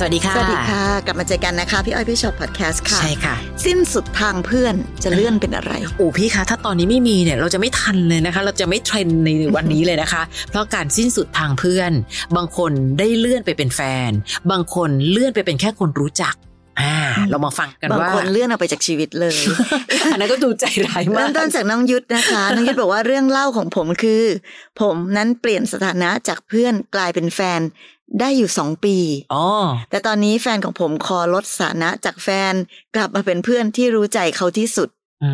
สวัสดีค่ะ สวัสดีค่ะ กลับมาเจอกันนะคะ พี่อ้อยพี่ชอ็อตพอดแคสต์ค่ะ ใช่ค่ะ สิ้นสุดทางเพื่อนจะเลื่อนเป็นอะไร โอ้พี่คะถ้าตอนนี้ไม่มีเนี่ยเราจะไม่ทันเลยนะคะ เราจะไม่เทรนด์ในวันนี้เลยนะคะ เพราะการสิ้นสุดทางเพื่อน บางคนได้เลื่อนไปเป็นแฟน บางคนเลื่อนไปเป็นแค่คนรู้จักอ่า อืม เรามาฟังกัน บาง ว่า คนเลื่อนออกไปจากชีวิตเลย อันนั้นก็ดูใจร้ายมา เริ่ ก มต้นจากน้องยุทธนะคะ น้องยุทธบอกว่าเรื่องเล่าของผมคือ ผมนั้นเปลี่ยนสถานะจากเพื่อนกลายเป็นแฟนได้อยู่สองปี อ๋อ แต่ตอนนี้แฟนของผมขอลดสถานะจากแฟนกลับมาเป็นเพื่อนที่รู้ใจเขาที่สุด อื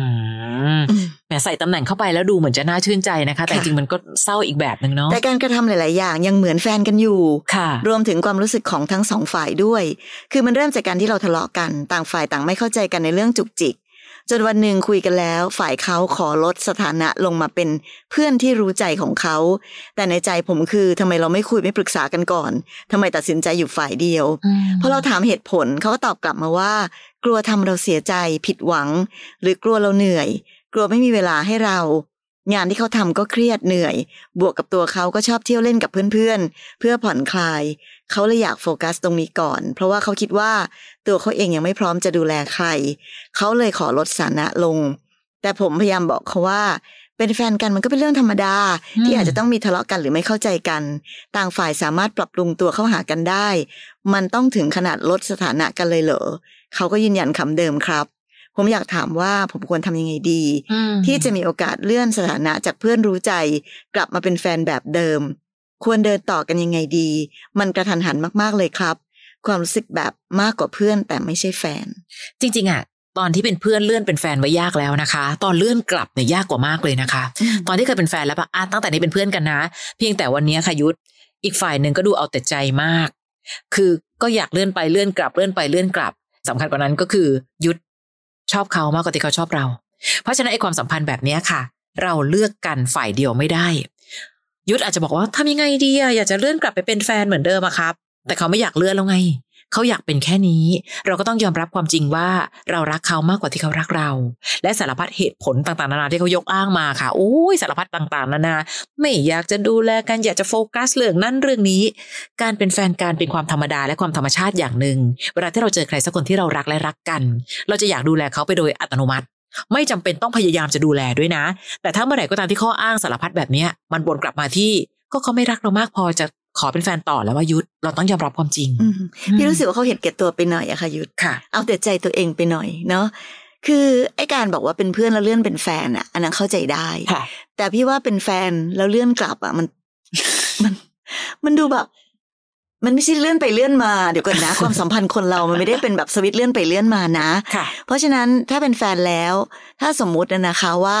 มแหมใส่ตำแหน่งเข้าไปแล้วดูเหมือนจะน่าชื่นใจนะคะ แต่ ค่ะ จริงๆมันก็เศร้าอีกแบบหนึ่งเนาะ แต่การกระทำหลาย ๆ อย่างยังเหมือนแฟนกันอยู่ ค่ะ รวมถึงความรู้สึกของทั้งสองฝ่ายด้วย คือมันเริ่มจากการที่เราทะเลาะกัน ต่างฝ่ายต่างไม่เข้าใจกันในเรื่องจุกจิก จนวันหนึ่งคุยกันแล้ว ฝ่ายเขาขอลดสถานะลงมาเป็นเพื่อนที่รู้ใจของเขา แต่ในใจผมคือทำไมเราไม่คุยไม่ปรึกษากันก่อนทำไมตัดสินใจอยู่ฝ่ายเดียว พอเราถามเหตุผลเขาก็ตอบกลับมาว่า กลัวทำเราเสียใจผิดหวัง หรือกลัวเราเหนื่อย กลัวไม่มีเวลาให้เรา งานที่เขาทำก็เครียดเหนื่อย บวกกับตัวเขาก็ชอบเที่ยวเล่นกับเพื่อนๆ เพื่อผ่อนคลาย เขาเลยอยากโฟกัสตรงนี้ก่อน เพราะว่าเขาคิดว่าตัวเขาเองยังไม่พร้อมจะดูแลใคร เขาเลยขอลดสถานะลง แต่ผมพยายามบอกเขาว่า เป็นแฟนกันมันก็เป็นเรื่องธรรมดา อืม ที่อาจจะต้องมีทะเลาะกันหรือไม่เข้าใจกัน ต่างฝ่ายสามารถปรับปรุงตัวเข้าหากันได้ มันต้องถึงขนาดลดสถานะกันเลยเหรอ เขาก็ยืนยันคำเดิมครับ ผมอยากถามว่าผมควรทำยังไงดี อืม ที่จะมีโอกาสเลื่อนสถานะจากเพื่อนรู้ใจ กลับมาเป็นแฟนแบบเดิม ควรเดินต่อกันยังไงดี มันกระทันหันมากๆเลยครับ ความรู้สึกแบบมากกว่าเพื่อนแต่ไม่ใช่แฟน จริงๆอะตอนที่เป็นเพื่อนเลื่อนเป็นแฟนไว้ยากแล้วนะคะ ตอนเลื่อนกลับเนี่ยยากกว่ามากเลยนะคะ ตอนที่เคยเป็นแฟนแล้วปะอ่ะตั้งแต่นี้เป็นเพื่อนกันนะ เพียงแต่วันนี้ค่ะยุทธอีกฝ่ายหนึ่งก็ดูเอาแต่ใจมาก คือก็อยากเลื่อนไปเลื่อนกลับเลื่อนไปเลื่อนกลับสำคัญกว่านั้นก็คือ ยุทธชอบเขามากกว่าที่เขาชอบเรา เพราะฉะนั้นไอ้ความสัมพันธ์แบบเนี้ยค่ะ เราเลือกกันฝ่ายเดียวไม่ได้ ยุทธอาจจะบอกว่าทำยังไงดีอะอยากจะเลื่อนกลับไปเป็นแฟนเหมือนเดิมอะครับ แต่เขาไม่อยากเลื่อนแล้วไง เขาอยากเป็นแค่นี้ เราก็ต้องยอมรับความจริงว่าเรารักเขามากกว่าที่เขารักเรา และสารพัดเหตุผลต่างๆนานาที่เขายกอ้างมาค่ะโอ้ยสารพัดต่างๆนานา ไม่อยากจะดูแลกันอยากจะโฟกัสเรื่องนั้นเรื่องนี้ การเป็นแฟนการเป็นความธรรมดาและความธรรมชาติอย่างหนึ่ง เวลาที่เราเจอใครสักคนที่เรารักและรักกัน เราจะอยากดูแลเขาไปโดยอัตโนมัติ ไม่จำเป็นต้องพยายามจะดูแลด้วยนะ แต่ถ้าเมื่อไหร่ก็ตามที่ข้ออ้างสารพัดแบบเนี้ยมันวนกลับมาที่ ก็เขาไม่รักเรามากพอจะขอเป็นแฟนต่อแล้วว่ายุทธเราต้องยอมรับความจริง อืมพี่รู้สึกว่าเขาเห็นแก่ตัวไปหน่อยอะค่ะยุทธ ค่ะ เอาแต่ใจตัวเองไปหน่อยเนาะคือไอการบอกว่าเป็นเพื่อนแล้วเลื่อนเป็นแฟนอะอันนั้นเข้าใจได้ ค่ะ แต่พี่ว่าเป็นแฟนแล้วเลื่อนกลับอ่ะมัน มัน มันดูแบบ มันไม่ใช่เลื่อนไปเลื่อนมาเดี๋ยวก่ อนนะ ความสัมพันธ์คนเรามันไม่ได้เป็นแบบสวิตช์เลื่อนไปเลื่อนมานะ ค่ะ เพราะฉะนั้นถ้าเป็นแฟนแล้ว ถ้าสมมุตินะคะว่า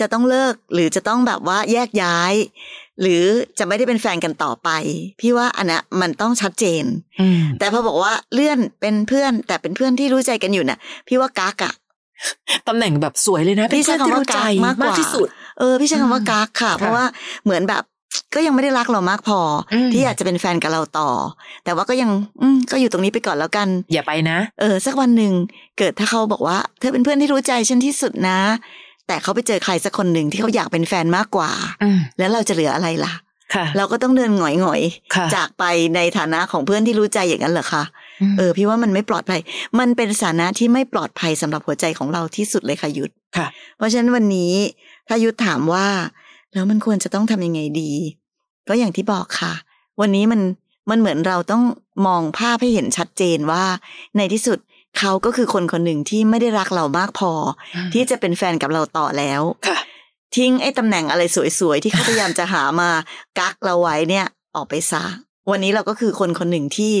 จะต้องเลิกหรือจะต้องแบบว่าแยกย้าย หรือจะไม่ได้เป็นแฟนกันต่อไป พี่ว่าอันนะมันต้องชัดเจน อืม แต่พอบอกว่าเลื่อนเป็นเพื่อน แต่เป็นเพื่อนที่รู้ใจกันอยู่น่ะ พี่ว่ากากอะ ตำแหน่งแบบสวยเลยนะ พี่ เป็น ใช้ เพื่อนคำว่าที่รู้ใจ กากมากกว่า มากที่สุด เออพี่ใช้คำว่ากักค่ะ ค่ะ เพราะว่าเหมือนแบบ ก็ยังไม่ได้รักเรามากพออ ม ที่อยากจะเป็นแฟนกับเราต่อ แต่ว่าก็ยังอืมก็อยู่ตรงนี้ไปก่อนแล้วกัน อย่าไปนะ เออ สักวันหนึ่งเกิดถ้าเขาบอกว่า เธอเป็นเพื่อนที่รู้ใจฉันที่สุดนะ แต่เขาไปเจอใครสักคนหนึ่งที่เขาอยากเป็นแฟนมากกว่า อืม แล้วเราจะเหลืออะไรล่ะ ค่ะ เราก็ต้องเดินหงอยหอยๆ ค่ะ จากไปในฐานะของเพื่อนที่รู้ใจอย่างนั้นเหรอคะ ม เออพี่ว่ามันไม่ปลอดภัย มันเป็นสถานะที่ไม่ปลอดภัยสำหรับหัวใจของเราที่สุดเลยค่ะยุทธ ค่ะ เพราะฉะนั้นวันนี้ถ้ายุทธถามว่า แล้วมันควรจะต้องทำยังไงดี ก็อย่างที่บอกค่ะ วันนี้มันมันเหมือนเราต้องมองภาพให้เห็นชัดเจนว่า ในที่สุดเขาก็คือคนคนหนึ่งที่ไม่ได้รักเรามากพอ ที่จะเป็นแฟนกับเราต่อแล้ว ค่ะ ทิ้งไอ้ตำแหน่งอะไรสวยๆ ที่เขาพยายามจะหามากักเราไว้เนี่ย ออกไปซะวันนี้เราก็คือคนคนหนึ่งที่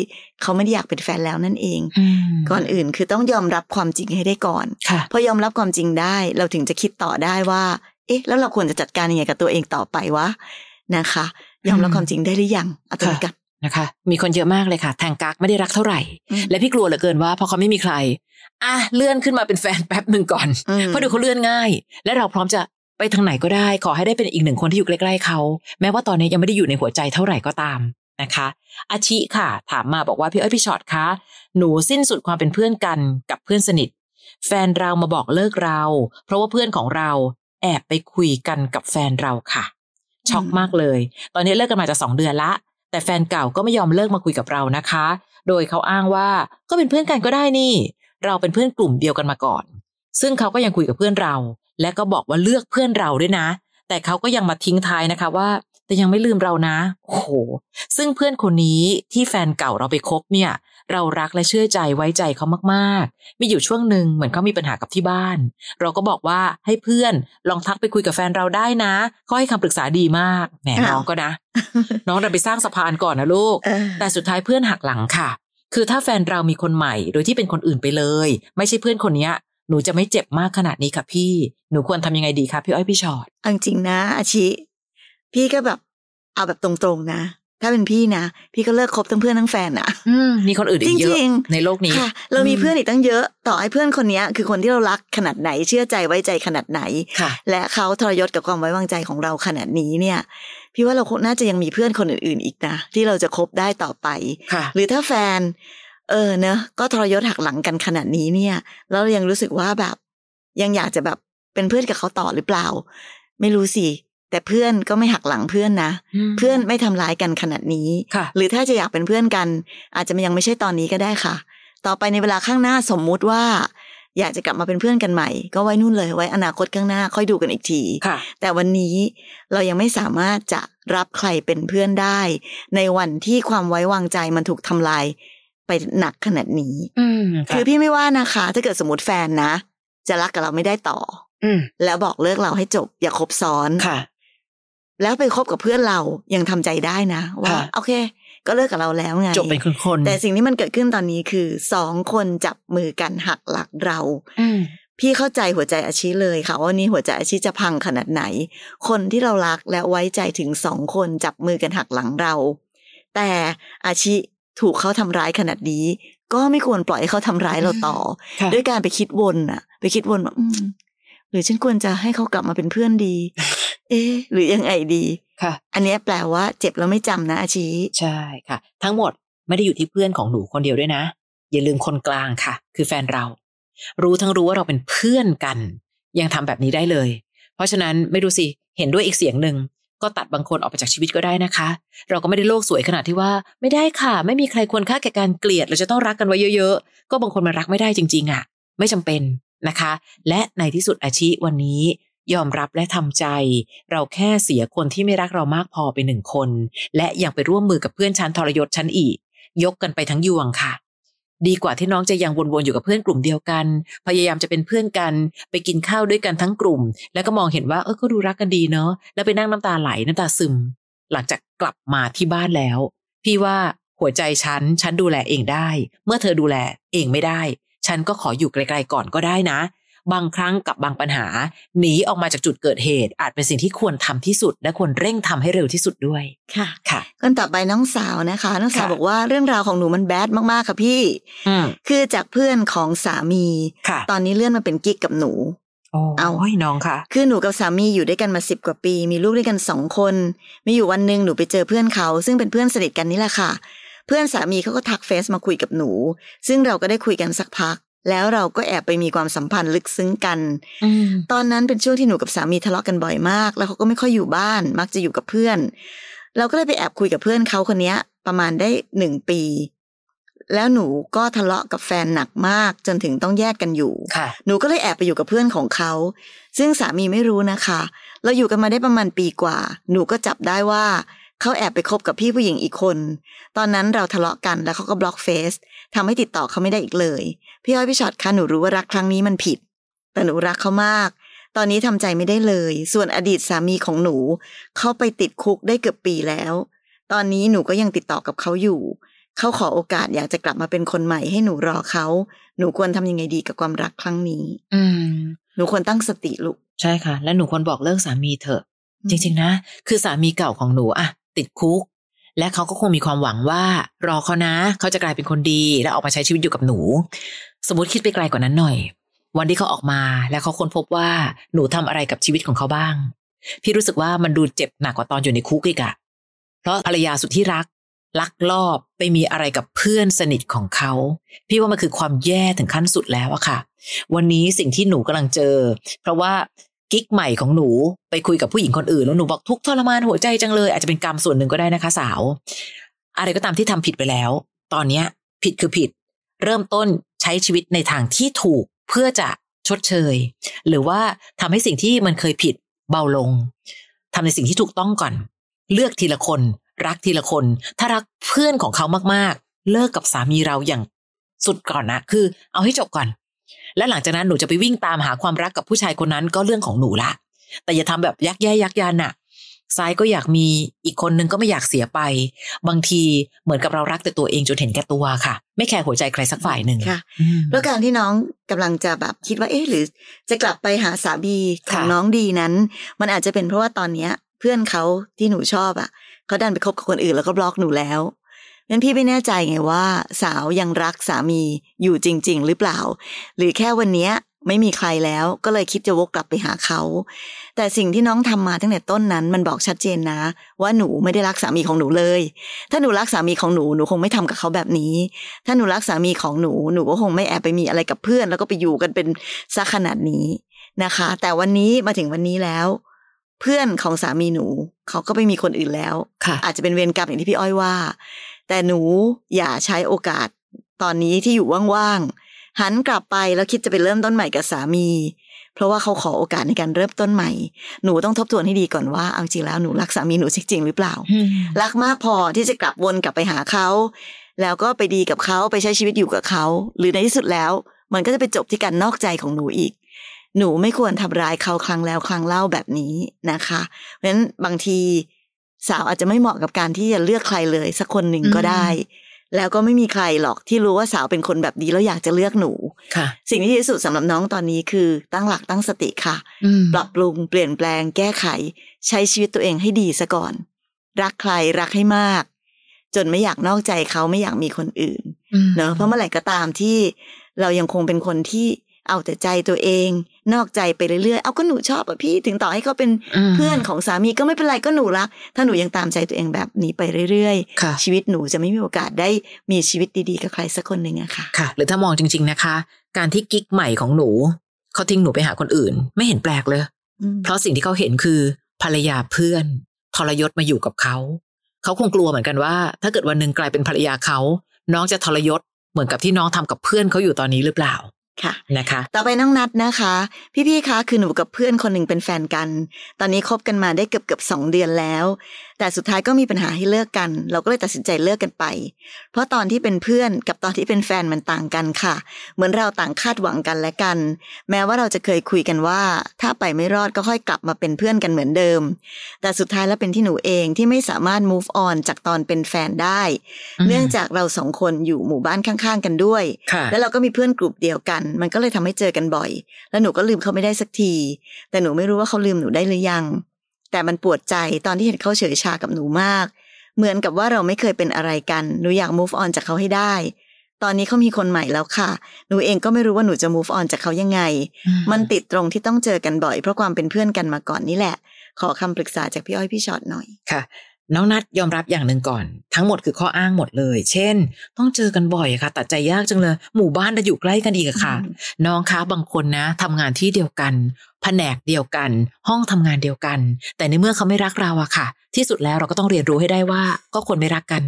เขาไม่ได้อยากเป็นแฟนแล้วนั่นเอง อืม ก่อนอื่นคือต้องยอมรับความจริงให้ได้ก่อน ค่ะ พอยอมรับความจริงได้เราถึงจะคิดต่อได้ว่า เอ๊ะ แล้วเราควรจะจัดการยังไงกับตัวเองต่อไปวะนะคะ ยอมรับ อืม ความจริงได้หรือยังเอาตัวนี้ ค่ะ กัน นะคะ มีคนเยอะมากเลยค่ะ ทางกักไม่ได้รักเท่าไหร่ และพี่กลัวเหลือเกินว่าพอเขาไม่มีใคร อ่ะเลื่อนขึ้นมาเป็นแฟนแป๊บหนึ่งก่อน อืม เพราะดูเขาเลื่อนง่าย และเราพร้อมจะ ไปทางไหนก็ได้ ขอให้ได้เป็นอีกหนึ่งคนที่อยู่ใกล้ๆเขา แม้ว่าตอนนี้ยังไม่ได้อยู่ในหัวใจเท่าไหร่ก็ตามนะคะ อาชิค่ะ ถามมาบอกว่าพี่เอ้ยพี่ช็อตคะหนูสิ้นสุดความเป็นเพื่อนกันกับเพื่อนสนิท แฟนเรามาบอกเลิกเรา เพราะว่าเพื่อนของเราแอบไปคุยกันกับแฟนเราค่ะ ช็อกมากเลย ตอนนี้เลิกกันมาจะสองเดือนละ แต่แฟนเก่าก็ไม่ยอมเลิกมาคุยกับเรานะคะ โดยเขาอ้างว่าก็เป็นเพื่อนกันก็ได้นี่ เราเป็นเพื่อนกลุ่มเดียวกันมาก่อน ซึ่งเขาก็ยังคุยกับเพื่อนเรา และก็บอกว่าเลือกเพื่อนเราด้วยนะ แต่เขาก็ยังมาทิ้งท้ายนะคะว่า แต่ยังไม่ลืมเรานะ โอ้โห ซึ่งเพื่อนคนนี้ที่แฟนเก่าเราไปคบเนี่ย เรารักและเชื่อใจไว้ใจเขามากๆ มีอยู่ช่วงหนึ่งเหมือนเขามีปัญหากับที่บ้าน เราก็บอกว่าให้เพื่อนลองทักไปคุยกับแฟนเราได้นะเขาให้คำปรึกษาดีมากแหม อ้าว น้องก็นะ น้องเราไปสร้างสะพานก่อนนะลูก เออ แต่สุดท้ายเพื่อนหักหลังค่ะ คือถ้าแฟนเรามีคนใหม่โดยที่เป็นคนอื่นไปเลย ไม่ใช่เพื่อนคนเนี้ย หนูจะไม่เจ็บมากขนาดนี้ค่ะพี่ หนูควรทำยังไงดีคะพี่อ้อยพี่ชอต เอาจริงๆนะ อาชิ พี่ก็แบบเอาแบบตรงๆนะ ถ้าเป็นพี่นะ พี่ก็เลิกคบทั้งเพื่อนทั้งแฟนอะ อืมมีคนอื่นอีกเย จ อะ ริงๆ ในโลกนี้ ค่ะ เรามีเพื่อนอีกตั้งเยอะ ต่อให้เพื่อนคนเนี้ยคือคนที่เรารักขนาดไหนเชื่อใจไว้ใจขนาดไหน ค่ะ และเขาทรยศกับความไว้วางใจของเราขนาดนี้เนี่ย พี่ว่าเราคงน่าจะยังมีเพื่อนคนอื่นๆอีกนะ ที่เราจะคบได้ต่อไป ค่ะ หรือถ้าแฟน เออเนอะก็ทรยศหักหลังกันขนาดนี้เนี่ยแล้วเรายังรู้สึกว่าแบบ ยังอยากจะแบบเป็นเพื่อนกับเขาต่อหรือเปล่า ไม่รู้สิแต่เพื่อนก็ไม่หักหลังเพื่อนนะ เพื่อนไม่ทำร้ายกันขนาดนี้ ค่ะ หรือถ้าจะอยากเป็นเพื่อนกัน อาจจะยังไม่ใช่ตอนนี้ก็ได้ค่ะ ต่อไปในเวลาข้างหน้าสมมุติว่า อยากจะกลับมาเป็นเพื่อนกันใหม่ ก็ไว้นู่นเลยไว้อนาคตข้างหน้าค่อยดูกันอีกที ค่ะ แต่วันนี้เรายังไม่สามารถจะรับใครเป็นเพื่อนได้ ในวันที่ความไว้วางใจมันถูกทำลายไปหนักขนาดนี้ อืมะ คือพี่ไม่ว่านะคะ ถ้าเกิดสมมติแฟนนะ จะรักกับเราไม่ได้ต่อ อืม แล้วบอกเลิกเราให้จบ อย่าคบซ้อน ค่ะ แล้วไปคบกับเพื่อนเรายังทำใจได้นะว่า ค่ะ โอเค ก็เลิกกับเราแล้วไง จบเป็นคนคนๆ แต่สิ่งที่มันเกิดขึ้นตอนนี้คือสองคนจับมือกันหักหลักเรา อืม พี่เข้าใจหัวใจอาชีเลยค่ะว่านี่หัวใจอาชีจะพังขนาดไหน คนที่เรารักและไว้ใจถึงสองคนจับมือกันหักหลังเรา แต่อาชีถูกเขาทำร้ายขนาดนี้ ก็ไม่ควรปล่อยให้เขาทำร้ายเราต่อ ค่ะ ด้วยการไปคิดวนอะไปคิดวนว่าอืมหรือฉันควรจะให้เขากลับมาเป็นเพื่อนดี เอ๊ะ หรือยังไงดี ค่ะ อันเนี้ยแปลว่าเจ็บแล้วไม่จำนะอาชี ใช่ค่ะ ทั้งหมดไม่ได้อยู่ที่เพื่อนของหนูคนเดียวด้วยนะ อย่าลืมคนกลางค่ะ คือแฟนเรา รู้ทั้งรู้ว่าเราเป็นเพื่อนกัน ยังทำแบบนี้ได้เลย เพราะฉะนั้นไม่รู้สิเห็นด้วยอีกเสียงหนึ่งก็ตัดบางคนออกไปจากชีวิตก็ได้นะคะ เราก็ไม่ได้โลกสวยขนาดที่ว่า ไม่ได้ค่ะ ไม่มีใครควรค่าแก่การเกลียดเราจะต้องรักกันไว้เยอะๆ ก็บางคนมันรักไม่ได้จริงๆอ่ะ ไม่จำเป็นนะคะ และในที่สุดอาชีวันนี้ ยอมรับและทำใจ เราแค่เสียคนที่ไม่รักเรามากพอไปหนึ่งคน และยังไปร่วมมือกับเพื่อนชั้นทรยศชั้นอีก ยกกันไปทั้งยวงค่ะ ดีกว่าที่น้องจะยังวนๆอยู่กับเพื่อนกลุ่มเดียวกัน พยายามจะเป็นเพื่อนกัน ไปกินข้าวด้วยกันทั้งกลุ่ม แล้วก็มองเห็นว่าเออก็ดูรักกันดีเนาะแล้วไปนั่งน้ำตาไหลน้ำตาซึม หลังจากกลับมาที่บ้านแล้ว พี่ว่าหัวใจฉันฉันดูแลเองได้ เมื่อเธอดูแลเองไม่ได้ ฉันก็ขออยู่ไกลๆก่อนก็ได้นะ บางครั้งกับบางปัญหา หนีออกมาจากจุดเกิดเหตุ อาจเป็นสิ่งที่ควรทำที่สุด และควรเร่งทำให้เร็วที่สุดด้วย ค่ะ ค่ะ คนต่อไปน้องสาวนะคะ น้องสาว ค่ะ บอกว่าเรื่องราวของหนูมันแบดมากๆค่ะพี่ อืม คือจากเพื่อนของสามี ค่ะ ตอนนี้เลื่อนมาเป็นกิ๊กกับหนู โอ้ เอา ยน้องค่ะ คือหนูกับสามีอยู่ด้วยกันมาสิบกว่าปี มีลูกด้วยกันสองคน มีอยู่วันหนึ่งหนูไปเจอเพื่อนเขา ซึ่งเป็นเพื่อนสนิทกันนี่แหละค่ะ เพื่อนสามีเขาก็ทักเฟซมาคุยกับหนู ซึ่งเราก็ได้คุยกันสักพัก แล้วเราก็แอบไปมีความสัมพันธ์ลึกซึ้งกัน อืม ตอนนั้นเป็นช่วงที่หนูกับสามีทะเลาะกันบ่อยมาก แล้วเขาก็ไม่ค่อยอยู่บ้าน มักจะอยู่กับเพื่อน เราก็เลยไปแอบคุยกับเพื่อนเขาคนเนี้ย ประมาณได้หนึ่งปี แล้วหนูก็ทะเลาะกับแฟนหนักมาก จนถึงต้องแยกกันอยู่ ค่ะ หนูก็เลยแอบไปอยู่กับเพื่อนของเขา ซึ่งสามีไม่รู้นะคะ เราอยู่กันมาได้ประมาณปีกว่า หนูก็จับได้ว่าเขาแอบไปคบกับพี่ผู้หญิงอีกคน ตอนนั้นเราทะเลาะกันแล้วเขาก็บล็อกเฟซทำให้ติดต่อเขาไม่ได้อีกเลย พี่อ้อยพี่ช็อตคะหนูรู้ว่ารักครั้งนี้มันผิด แต่หนูรักเขามาก ตอนนี้ทำใจไม่ได้เลย ส่วนอดีตสามีของหนู เขาไปติดคุกได้เกือบปีแล้ว ตอนนี้หนูก็ยังติดต่อกับเขาอยู่ เขาขอโอกาสอยากจะกลับมาเป็นคนใหม่ให้หนูรอเขา หนูควรทำยังไงดีกับความรักครั้งนี้ อืม หนูควรตั้งสติลูก ใช่ค่ะ และหนูควรบอกเลิกสามีเถอะ จริงๆนะ คือสามีเก่าของหนูอะติดคุก และเขาก็คงมีความหวังว่า รอเขานะ เขาจะกลายเป็นคนดี และออกมาใช้ชีวิตอยู่กับหนู สมมติคิดไปไกลกว่านั้นหน่อย วันที่เขาออกมาแล้วเขาค้นพบว่าหนูทำอะไรกับชีวิตของเขาบ้าง พี่รู้สึกว่ามันดูเจ็บหนักกว่าตอนอยู่ในคุกอีกอะเพราะภรรยาสุดที่รัก ลักลอบไปมีอะไรกับเพื่อนสนิทของเขา พี่ว่ามันคือความแย่ถึงขั้นสุดแล้วอะค่ะ วันนี้สิ่งที่หนูกำลังเจอ เพราะว่ากิ๊กใหม่ของหนูไปคุยกับผู้หญิงคนอื่นแล้วหนูบอกทุกข์ทรมานหัวใจจังเลย อาจจะเป็นกรรมส่วนหนึ่งก็ได้นะคะสาว อะไรก็ตามที่ทำผิดไปแล้ว ตอนเนี้ย ผิดคือผิด เริ่มต้นใช้ชีวิตในทางที่ถูกเพื่อจะชดเชย หรือว่าทำให้สิ่งที่มันเคยผิดเบาลงทำในสิ่งที่ถูกต้องก่อน เลือกทีละคน รักทีละคน ถ้ารักเพื่อนของเขามากๆ เลิกกับสามีเราอย่างสุดก่อนนะคือ เอาให้จบก่อน และหลังจากนั้นหนูจะไปวิ่งตามหาความรักกับผู้ชายคนนั้นก็เรื่องของหนูละ แต่อย่าทำแบบยักแย่ยักยานน่ะซ้ายก็อยากมีอีกคนนึงก็ไม่อยากเสียไป บางทีเหมือนกับเรารักแต่ตัวเองจนเห็นแก่ตัวค่ะ ไม่แคร์หัวใจใครสักฝ่ายหนึ่ง ค่ะ อืม แล้วการที่น้องกำลังจะแบบคิดว่าเอ๊ะหรือ จะกลับไปหาสามีของ ค่ะ น้องดีนั้น มันอาจจะเป็นเพราะว่าตอนเนี้ย เพื่อนเขาที่หนูชอบอ่ะเขาดันไปคบกับคนอื่นแล้วก็บล็อกหนูแล้วงั้นพี่ไม่แน่ใจไงว่า สาวยังรักสามีอยู่จริง ๆ หรือเปล่า หรือแค่วันเนี้ยไม่มีใครแล้วก็เลยคิดจะวกกลับไปหาเขา แต่สิ่งที่น้องทำมาตั้งแต่ต้นนั้น มันบอกชัดเจนนะ ว่าหนูไม่ได้รักสามีของหนูเลย ถ้าหนูรักสามีของหนูหนูคงไม่ทำกับเขาแบบนี้ ถ้าหนูรักสามีของหนูหนูก็คงไม่แอบไปมีอะไรกับเพื่อน แล้วก็ไปอยู่กันเป็นซะขนาดนี้นะคะ แต่วันนี้มาถึงวันนี้แล้ว เพื่อนของสามีหนู เขาก็ไปมีคนอื่นแล้ว ค่ะ อาจจะเป็นเวรกรรมอย่างที่พี่อ้อยว่า แต่หนูอย่าใช้โอกาสตอนนี้ที่อยู่ว่างๆหันกลับไปแล้วคิดจะไปเริ่มต้นใหม่กับสามี เพราะว่าเขาขอโอกาสในการเริ่มต้นใหม่ หนูต้องทบทวนให้ดีก่อนว่าเอาจริงแล้วหนูรักสามีหนูจริงๆหรือเปล่า รักมากพอที่จะกลับวนกลับไปหาเขา แล้วก็ไปดีกับเขาไปใช้ชีวิตอยู่กับเขา หรือในที่สุดแล้ว มันก็จะไปจบที่การนอกใจของหนูอีก หนูไม่ควรทำร้ายเขาครั้งแล้วครั้งเล่าแบบนี้นะคะเพราะฉะนั้นบางทีสาวอาจจะไม่เหมาะกับการที่จะเลือกใครเลยสักคนหนึ่งก็ อืม ได้ แล้วก็ไม่มีใครหรอกที่รู้ว่าสาวเป็นคนแบบนี้แล้วอยากจะเลือกหนู ค่ะ สิ่งที่ดีที่สุดสำหรับน้องตอนนี้คือตั้งหลักตั้งสติค่ะ อืม ปรับปรุงเปลี่ยนแปลงแก้ไข ใช้ชีวิตตัวเองให้ดีซะก่อน รักใครรักให้มาก จนไม่อยากนอกใจเขาไม่อยากมีคนอื่น เนอะเพราะเมื่อไหร่ก็ตามที่เรายังคงเป็นคนที่เอาแต่ใจตัวเอง นอกใจไปเรื่อยๆเอาก็หนูชอบอะพี่ถึงต่อให้เขาเป็นเพื่อนของสามีก็ไม่เป็นไรก็หนูรัก ถ้าหนูยังตามใจตัวเองแบบนี้ไปเรื่อย ค่ะ ๆ ชีวิตหนูจะไม่มีโอกาสได้มีชีวิตดีๆกับใครสักคนหนึ่งอะค่ะ ค่ะ หรือถ้ามองจริง ๆนะคะ การที่กิ๊กใหม่ของหนูเขาทิ้งหนูไปหาคนอื่น ไม่เห็นแปลกเลย อืม เพราะสิ่งที่เขาเห็นคือภรรยาเพื่อน ทรยศมาอยู่กับเขา เขาคงกลัวเหมือนกันว่า ถ้าเกิดวันหนึ่งกลายเป็นภรรยาเขา น้องจะทรยศเหมือนกับที่น้องทำกับเพื่อนเขาอยู่ตอนนี้หรือเปล่า ค่ะ นะคะ ต่อไปน้องนัดนะคะ พี่ๆคะคือหนูกับเพื่อนคนหนึ่งเป็นแฟนกัน ตอนนี้คบกันมาได้เกือบเกือบๆสองเดือนแล้ว แต่สุดท้ายก็มีปัญหาให้เลิกกัน เราก็เลยตัดสินใจเลิกกันไป เพราะตอนที่เป็นเพื่อนกับตอนที่เป็นแฟนมันต่างกันค่ะ เหมือนเราต่างคาดหวังกันและกัน แม้ว่าเราจะเคยคุยกันว่า ถ้าไปไม่รอดก็ค่อยกลับมาเป็นเพื่อนกันเหมือนเดิม แต่สุดท้ายแล้วเป็นที่หนูเองที่ไม่สามารถ move on จากตอนเป็นแฟนได้ อืม เนื่องจากเราสองคนอยู่หมู่บ้านข้างๆ กันด้วย ค่ะ แล้วเราก็มีเพื่อนกลุ่มเดียวกัน มันก็เลยทำให้เจอกันบ่อย แล้วหนูก็ลืมเขาไม่ได้สักที แต่หนูไม่รู้ว่าเขาลืมหนูได้หรือยัง แต่มันปวดใจตอนที่เห็นเขาเฉยชากับหนูมาก เหมือนกับว่าเราไม่เคยเป็นอะไรกัน หนูอยาก move on จากเขาให้ได้ ตอนนี้เขามีคนใหม่แล้วค่ะ หนูเองก็ไม่รู้ว่าหนูจะ move on จากเขายังไง มันติดตรงที่ต้องเจอกันบ่อย เพราะความเป็นเพื่อนกันมาก่อนนี่แหละ ขอคำปรึกษาจากพี่อ้อยพี่ชอตหน่อย ค่ะน้องนัดยอมรับอย่างหนึ่งก่อน ทั้งหมดคือข้ออ้างหมดเลย เช่น ต้องเจอกันบ่อยอะค่ะ ตัดใจยากจังเลย หมู่บ้านจะอยู่ใกล้กันอีกอะค่ะ อืม น้องคะบางคนนะทำงานที่เดียวกัน แผนกเดียวกัน ห้องทำงานเดียวกัน แต่ในเมื่อเขาไม่รักเราอะค่ะ ที่สุดแล้วเราก็ต้องเรียนรู้ให้ได้ว่า ก็ควรไม่รักกัน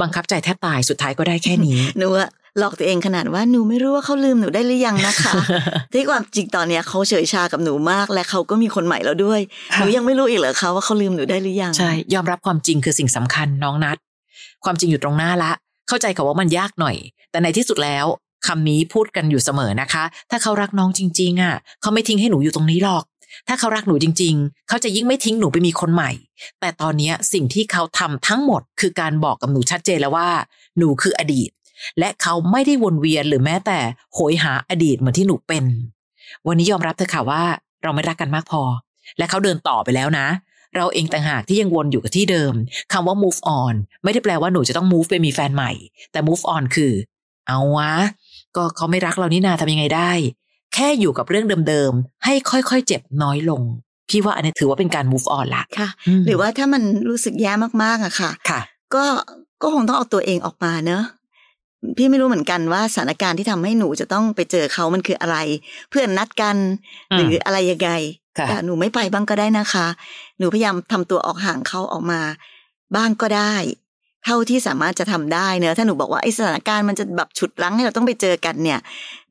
บังคับใจแทบตายสุดท้ายก็ได้แค่นี้ หนูอะหลอกตัวเองขนาดว่าหนูไม่รู้ว่าเขาลืมหนูได้หรือยังนะคะ ที่ความจริงตอนเนี้ยเขาเฉยชากับหนูมาก และเขาก็มีคนใหม่แล้วด้วย หนูยังไม่รู้อีกเหรอคะว่าเขาลืมหนูได้หรือยัง ใช่ยอมรับความจริงคือสิ่งสำคัญน้องนัด ความจริงอยู่ตรงหน้าละ เข้าใจค่ะว่ามันยากหน่อย แต่ในที่สุดแล้วคำนี้พูดกันอยู่เสมอนะคะ ถ้าเขารักน้องจริง ๆ อ่ะ เขาไม่ทิ้งให้หนูอยู่ตรงนี้หรอก ถ้าเขารักหนูจริง ๆ เขาจะยิ่งไม่ทิ้งหนูไปมีคนใหม่ แต่ตอนเนี้ยสิ่งที่เขาทำทั้งหมดคือการบอกกับหนูชัดเจนแล้วว่า หนูคืออดีต และเขาไม่ได้วนเวียนหรือแม้แต่โหยหาอดีตเหมือนที่หนูเป็น วันนี้ยอมรับเถอะค่ะว่า เราไม่รักกันมากพอ และเขาเดินต่อไปแล้วนะ เราเองต่างหากที่ยังวนอยู่กับที่เดิมคำว่า move on ไม่ได้แปลว่าหนูจะต้อง move ไปมีแฟนใหม่ แต่ move on คือ เอาวะ ก็เขาไม่รักเรานี่นาทำยังไงได้ แค่อยู่กับเรื่องเดิมๆ ให้ค่อยๆ เจ็บน้อยลง พี่ว่าอันนี้ถือว่าเป็นการ move on ละ ค่ะ ม หรือว่าถ้ามันรู้สึกแย่มากๆอะค่ะ ค่ะ ก็ก็คงต้องเอาตัวเองออกมาเนอะพี่ไม่รู้เหมือนกันว่าสถานการณ์ที่ทำให้หนูจะต้องไปเจอเขามันคืออะไร เพื่อนนัดกัน อืม หรืออะไรยังไง ค่ะ แต่หนูไม่ไปบ้างก็ได้นะคะ หนูพยายามทำตัวออกห่างเขาออกมา บ้างก็ได้ เท่าที่สามารถจะทำได้เนอะถ้าหนูบอกว่าไอสถานการณ์มันจะแบบฉุดรั้งให้เราต้องไปเจอกันเนี่ย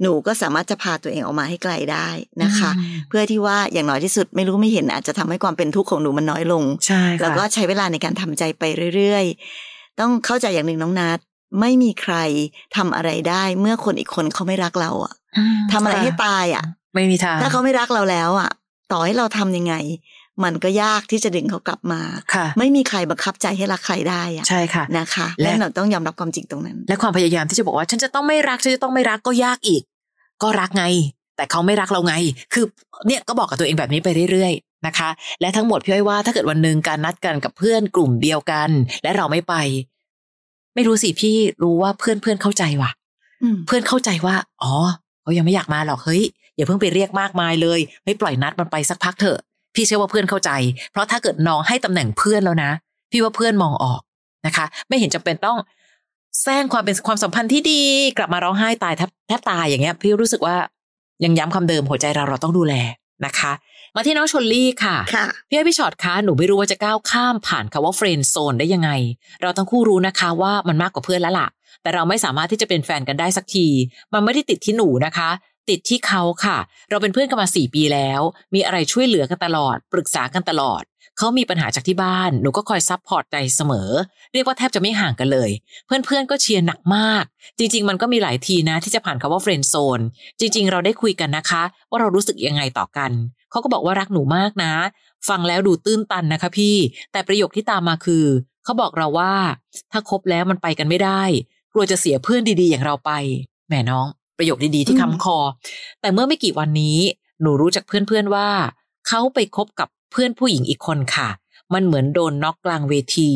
หนูก็สามารถจะพาตัวเองออกมาให้ไกลได้นะคะ อืม เพื่อที่ว่าอย่างน้อยที่สุดไม่รู้ไม่เห็นอาจจะทำให้ความเป็นทุกข์ของหนูมันน้อยลง ใช่ค่ะ แล้วก็ใช้เวลาในการทำใจไปเรื่อยๆ ต้องเข้าใจอย่างหนึ่งน้องนัดไม่มีใครทำอะไรได้เมื่อคนอีกคนเขาไม่รักเราอะ ม ทำอะไรให้ ค่ ตายอะ ไม่มีทาง ถ้าเขาไม่รักเราแล้วอะต่อให้เราทำยังไง มันก็ยากที่จะดึงเขากลับมา ค่ะ ไม่มีใครบังคับใจให้รักใครได้อะ ใช่ค่ะ นะคะ และ และเราต้องยอมรับความจริงตรงนั้น และความพยายามที่จะบอกว่า ฉันจะต้องไม่รักฉันจะต้องไม่รักก็ยากอีก ก็รักไง แต่เขาไม่รักเราไง คือเนี่ยก็บอกกับตัวเองแบบนี้ไปเรื่อยๆนะคะ และทั้งหมดพี่อ้อยว่าถ้าเกิดวันหนึ่งการนัดกันกับเพื่อนกลุ่มเดียวกัน และเราไม่ไป ไม่รู้สิพี่รู้ว่าเพื่อนเพื่อนเข้าใจว่ะ อืม เพื่อนเข้าใจว่า อ๋อเขายังไม่อยากมาหรอก เฮ้ย อย่าเพิ่งไปเรียกมากมายเลย ไม่ปล่อยนัดมันไปสักพักเถอะ พี่เชื่อว่าเพื่อนเข้าใจ เพราะถ้าเกิดน้องให้ตำแหน่งเพื่อนแล้วนะ พี่ว่าเพื่อนมองออกนะคะ ไม่เห็นจำเป็นต้องแซงความเป็นความสัมพันธ์ที่ดี กลับมาร้องไห้ตายแทบแทบตายอย่างเงี้ย พี่รู้สึกว่ายังย้ำคำเดิมหัวใจเราเราต้องดูแลนะคะ มาที่น้องชลลี่ค่ะ ค่ะ พี่อ้อยพี่ชอตคะหนูไม่รู้ว่าจะก้าวข้ามผ่านคำว่าเฟรนด์โซนได้ยังไง เราทั้งคู่รู้นะคะว่ามันมากกว่าเพื่อนแล้วล่ะ แต่เราไม่สามารถที่จะเป็นแฟนกันได้สักที มันไม่ได้ติดที่หนูนะคะ ติดที่เขาค่ะ เราเป็นเพื่อนกันมาสี่ปีแล้ว มีอะไรช่วยเหลือกันตลอด ปรึกษากันตลอด เขามีปัญหาจากที่บ้าน หนูก็คอยซัพพอร์ตใจเสมอ เรียกว่าแทบจะไม่ห่างกันเลย เพื่อนๆก็เชียร์หนักมาก จริง ๆ มันก็มีหลายทีนะ ที่จะผ่านคำว่าเฟรนด์โซน จริง ๆ เราได้คุยกันนะคะ ว่าเรารู้สึกยังไงต่อกัน เขาก็บอกว่ารักหนูมากนะ ฟังแล้วดูตื้นตันนะคะพี่ แต่ประโยคที่ตามมาคือ เขาบอกเราว่า ถ้าคบแล้วมันไปกันไม่ได้ กลัวจะเสียเพื่อนดีๆ อย่างเราไป แหมน้อง ประโยคดีๆ ที่ อืม คำคอ แต่เมื่อไม่กี่วันนี้ หนูรู้จากเพื่อนๆว่า เขาไปคบกับเพื่อนผู้หญิงอีกคนค่ะ มันเหมือนโดนน็อกกลางเวที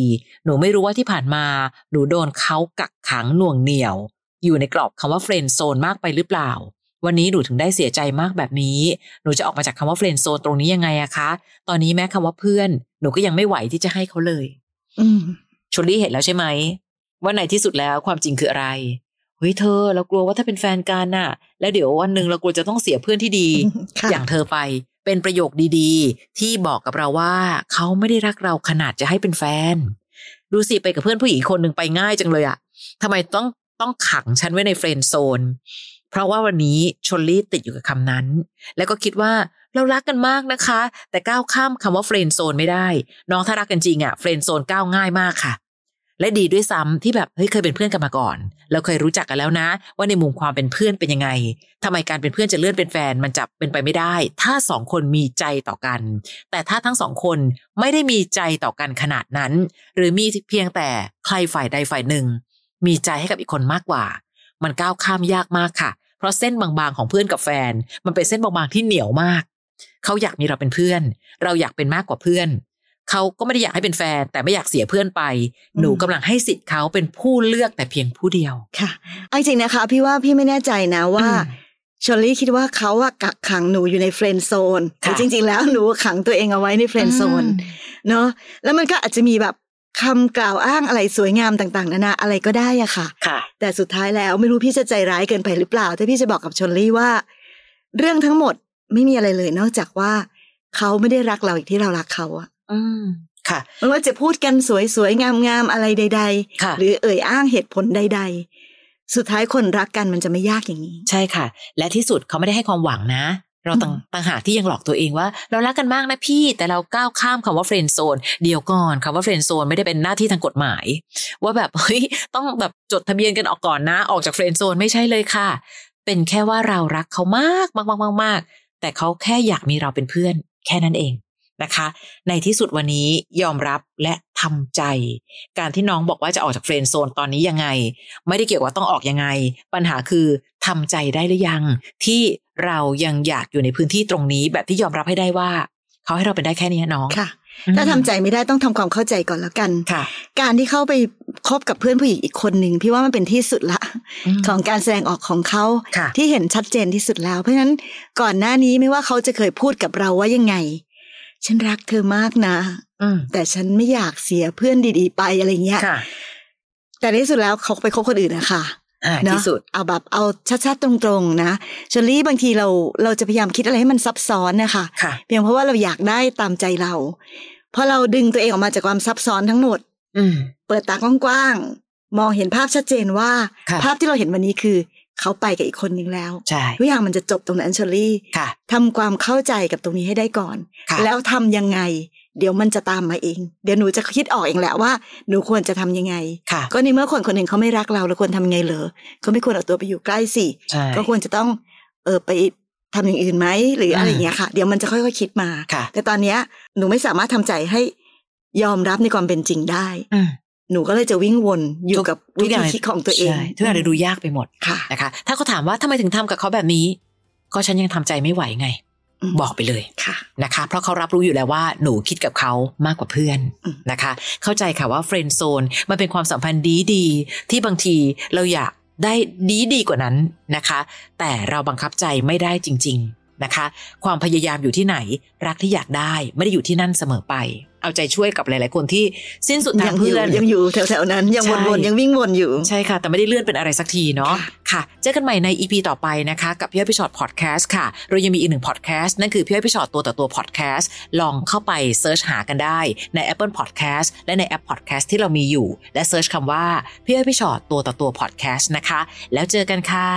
หนูไม่รู้ว่าที่ผ่านมา หนูโดนเขากักขังหน่วงเหนี่ยว อยู่ในกรอบคำว่าเฟรนด์โซนมากไปหรือเปล่า วันนี้หนูถึงได้เสียใจมากแบบนี้ หนูจะออกมาจากคำว่าเฟรนด์โซนตรงนี้ยังไงอะคะ ตอนนี้แม้คำว่าเพื่อน หนูก็ยังไม่ไหวที่จะให้เขาเลย อืม ชลลี่เห็นแล้วใช่ไหมว่าในที่สุดแล้วความจริงคืออะไรเฮ้ยเธอเรากลัวว่าถ้าเป็นแฟนกันน่ะ แล้วเดี๋ยววันหนึ่งเรากลัวจะต้องเสียเพื่อนที่ดี ค่ะ อย่างเธอไปเป็นประโยคดีๆ ที่บอกกับเราว่า เขาไม่ได้รักเราขนาดจะให้เป็นแฟน ดูสิไปกับเพื่อนผู้หญิงอีกคนหนึ่งไปง่ายจังเลยอะทำไมต้องต้องขังฉันไว้ในเฟรนด์โซน เพราะว่าวันนี้ชลลี่ติดอยู่กับคำนั้น แล้วก็คิดว่าเรารักกันมากนะคะ แต่ก้าวข้ามคำว่าเฟรนด์โซนไม่ได้ น้องถ้ารักกันจริงอะเฟรนด์โซนก้าวง่ายมากค่ะ และดีด้วยซ้ำที่แบบเฮ้ยเคยเป็นเพื่อนกันมาก่อน เราเคยรู้จักกันแล้วนะ ว่าในมุมความเป็นเพื่อนเป็นยังไงทำไมการเป็นเพื่อนจะเลื่อนเป็นแฟนมันจะเป็นไปไม่ได้ ถ้าสองคนมีใจต่อกัน แต่ถ้าทั้งสองคนไม่ได้มีใจต่อกันขนาดนั้น หรือมีเพียงแต่ใครฝ่ายใดฝ่ายหนึ่ง มีใจให้กับอีกคนมากกว่า มันก้าวข้ามยากมากค่ะ เพราะเส้นบางๆของเพื่อนกับแฟน มันเป็นเส้นบางๆที่เหนียวมาก เขาอยากมีเราเป็นเพื่อน เราอยากเป็นมากกว่าเพื่อน เขาก็ไม่ได้อยากให้เป็นแฟน แต่ไม่อยากเสียเพื่อนไป อืม หนูกำลังให้สิทธิ์เขาเป็นผู้เลือกแต่เพียงผู้เดียว ค่ะเอาจริงๆนะคะ พี่ว่าพี่ไม่แน่ใจนะว่า ชลลี่คิดว่าเขาอะกักขังหนูอยู่ในเฟรนด์โซน ค่ะ แต่จริง ๆ แล้วหนูขังตัวเองเอาไว้ในเฟรนด์โซน เนาะแล้วมันก็อาจจะมีแบบคำกล่าวอ้างอะไรสวยงามต่างๆ นานาอะไรก็ได้อะค่ะ ค่ะ แต่สุดท้ายแล้วไม่รู้พี่จะใจร้ายเกินไปหรือเปล่าถ้าพี่จะบอกกับชนลี่ว่า เรื่องทั้งหมดไม่มีอะไรเลยนอกจากว่า เขาไม่ได้รักเราอย่างที่เรารักเขาอะ อืม ค่ะ ไม่ว่าจะพูดกันสวยๆงามๆอะไรใด ค่ะ ๆ หรือเอ่ยอ้างเหตุผลใด ๆ สุดท้ายคนรักกันมันจะไม่ยากอย่างนี้ ใช่ค่ะ และที่สุดเขาไม่ได้ให้ความหวังนะ เราต่าง อืม ต่างหากที่ยังหลอกตัวเองว่า เรารักกันมากนะพี่แต่เราก้าวข้ามคำว่าเฟรนด์โซนเดี๋ยวก่อนคำว่าเฟรนด์โซนไม่ได้เป็นหน้าที่ทางกฎหมาย ว่าแบบ เฮ้ยต้องแบบจดทะเบียนกันออกก่อนนะ ออกจากเฟรนด์โซนไม่ใช่เลยค่ะ เป็นแค่ว่าเรารักเขามากมากมากมากมากแต่เขาแค่อยากมีเราเป็นเพื่อน แค่นั้นเองนะคะ ในที่สุดวันนี้ยอมรับและทำใจ การที่น้องบอกว่าจะออกจากเฟรนด์โซนตอนนี้ยังไง ไม่ได้เกี่ยวว่าต้องออกยังไง ปัญหาคือทำใจได้หรือยัง ที่เรายังอยากอยู่ในพื้นที่ตรงนี้ แบบที่ยอมรับให้ได้ว่า เขาให้เราเป็นได้แค่นี้น้อง ค่ะ ถ้าทำใจไม่ได้ต้องทำความเข้าใจก่อนแล้วกัน ค่ะ การที่เข้าไปคบกับเพื่อนผู้หญิงอีกคนหนึ่งพี่ว่ามันเป็นที่สุดละ ม ของการแสดงออกของเขา ค่ะ ที่เห็นชัดเจนที่สุดแล้ว เพราะฉะนั้นก่อนหน้านี้ไม่ว่าเขาจะเคยพูดกับเราว่ายังไง ฉันรักเธอมากนะ อืม แต่ฉันไม่อยากเสียเพื่อนดีๆ ไปอะไรเงี้ย ค่ะ แต่ในที่สุดแล้วเขาไปคบคนอื่นนะคะ อ่า เนอะ ที่สุด เอาแบบเอาชัดๆตรงๆนะเชอรี่บางทีเราเราจะพยายามคิดอะไรให้มันซับซ้อนนะคะ ค่ะ เพียงเพราะว่าเราอยากได้ตามใจเราพอเราดึงตัวเองออกมาจากความซับซ้อนทั้งหมด อืม เปิดตากว้างๆมองเห็นภาพชัดเจนว่า ค่ะ ภาพที่เราเห็นวันนี้คือ เขาไปกับอีกคนนึงแล้ว ใช่ ทุกอย่างมันจะจบตรงนั้นเชอรี่ ค่ะ ทำความเข้าใจกับตรงนี้ให้ได้ก่อน ค่ะ แล้วทำยังไง เดี๋ยวมันจะตามมาเอง เดี๋ยวหนูจะคิดออกเองแหละว่า หนูควรจะทำยังไง ค่ะ ก็ในเมื่อคนคนหนึ่งเขาไม่รักเราเราควรทำยังไงเหรอก็ไม่ควรเอาตัวไปอยู่ใกล้สิ ใช่ ก็ควรจะต้องเออไปทำอย่างอื่นไหมหรืออะไรอย่างเงี้ยค่ะ เดี๋ยวมันจะค่อยๆคิดมา ค่ะ แต่ตอนเนี้ยหนูไม่สามารถทำใจให้ยอมรับในความเป็นจริงได้ อืม หนูก็เลยจะวิ่งวนอยู่ ทุก กับ ทุ วิ กอย่า ธี ง คิดของตัวเอง ใช่ทุกอย่างเลยดูยากไปหมด ค่ะ นะคะ ถ้าเขาถามว่าทำไมถึงทำกับเขาแบบนี้ ก็ฉันยังทำใจไม่ไหวไง อืม บอกไปเลย ค่ะ นะคะ เพราะเขารับรู้อยู่แล้วว่าหนูคิดกับเขามากกว่าเพื่อน อืม นะคะ เข้าใจค่ะว่าเฟรนด์โซนมันเป็นความสัมพันธ์ดีดีๆที่บางทีเราอยากได้ดีดีกว่านั้นนะคะ แต่เราบังคับใจไม่ได้จริง ๆนะคะ ความพยายามอยู่ที่ไหนรักที่อยากได้ไม่ได้อยู่ที่นั่นเสมอไป เอาใจช่วยกับหลาย ๆ คนที่สิ้นสุดทา ยัง งอยู่ เพื่อน ยังอยู่แถวๆนั้นยัง ใช่ วนๆยังวิ่งวนอยู่ ใช่ค่ะ แต่ไม่ได้เลื่อนเป็นอะไรสักทีเนาะ ค่ะ เจอกันใหม่ใน EP ต่อไปนะคะ กับพี่อ้อยพี่ชอตพอดแคสต์ค่ะ เรายังมีอีกหนึ่งพอดแคสต์นั่นคือพี่อ้อยพี่ชอตตัวต่อตัวพอดแคสต์ลองเข้าไปเซิร์ชหากันได้ใน Apple Podcast และในแอปพอดแคสต์ที่เรามีอยู่ และเซิร์ชคำว่าพี่อ้อยพี่ชอตตัวต่อตัวพอดแคสต์นะคะ แล้วเจอกันค่ะ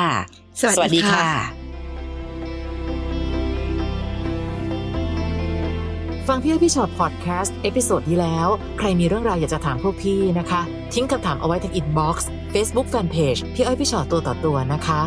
สวัสดีค่ะ ฟังพี่อ้อยพี่ชอตพอดแคสต์เอพิโซดที่แล้ว ใครมีเรื่องราวอยากจะถามพวกพี่นะคะ ทิ้งคำถามเอาไว้ทางอินบ็อกซ์เฟซบุ๊กแฟนเพจพี่อ้อยพี่ชอตตัวต่อตัวนะคะ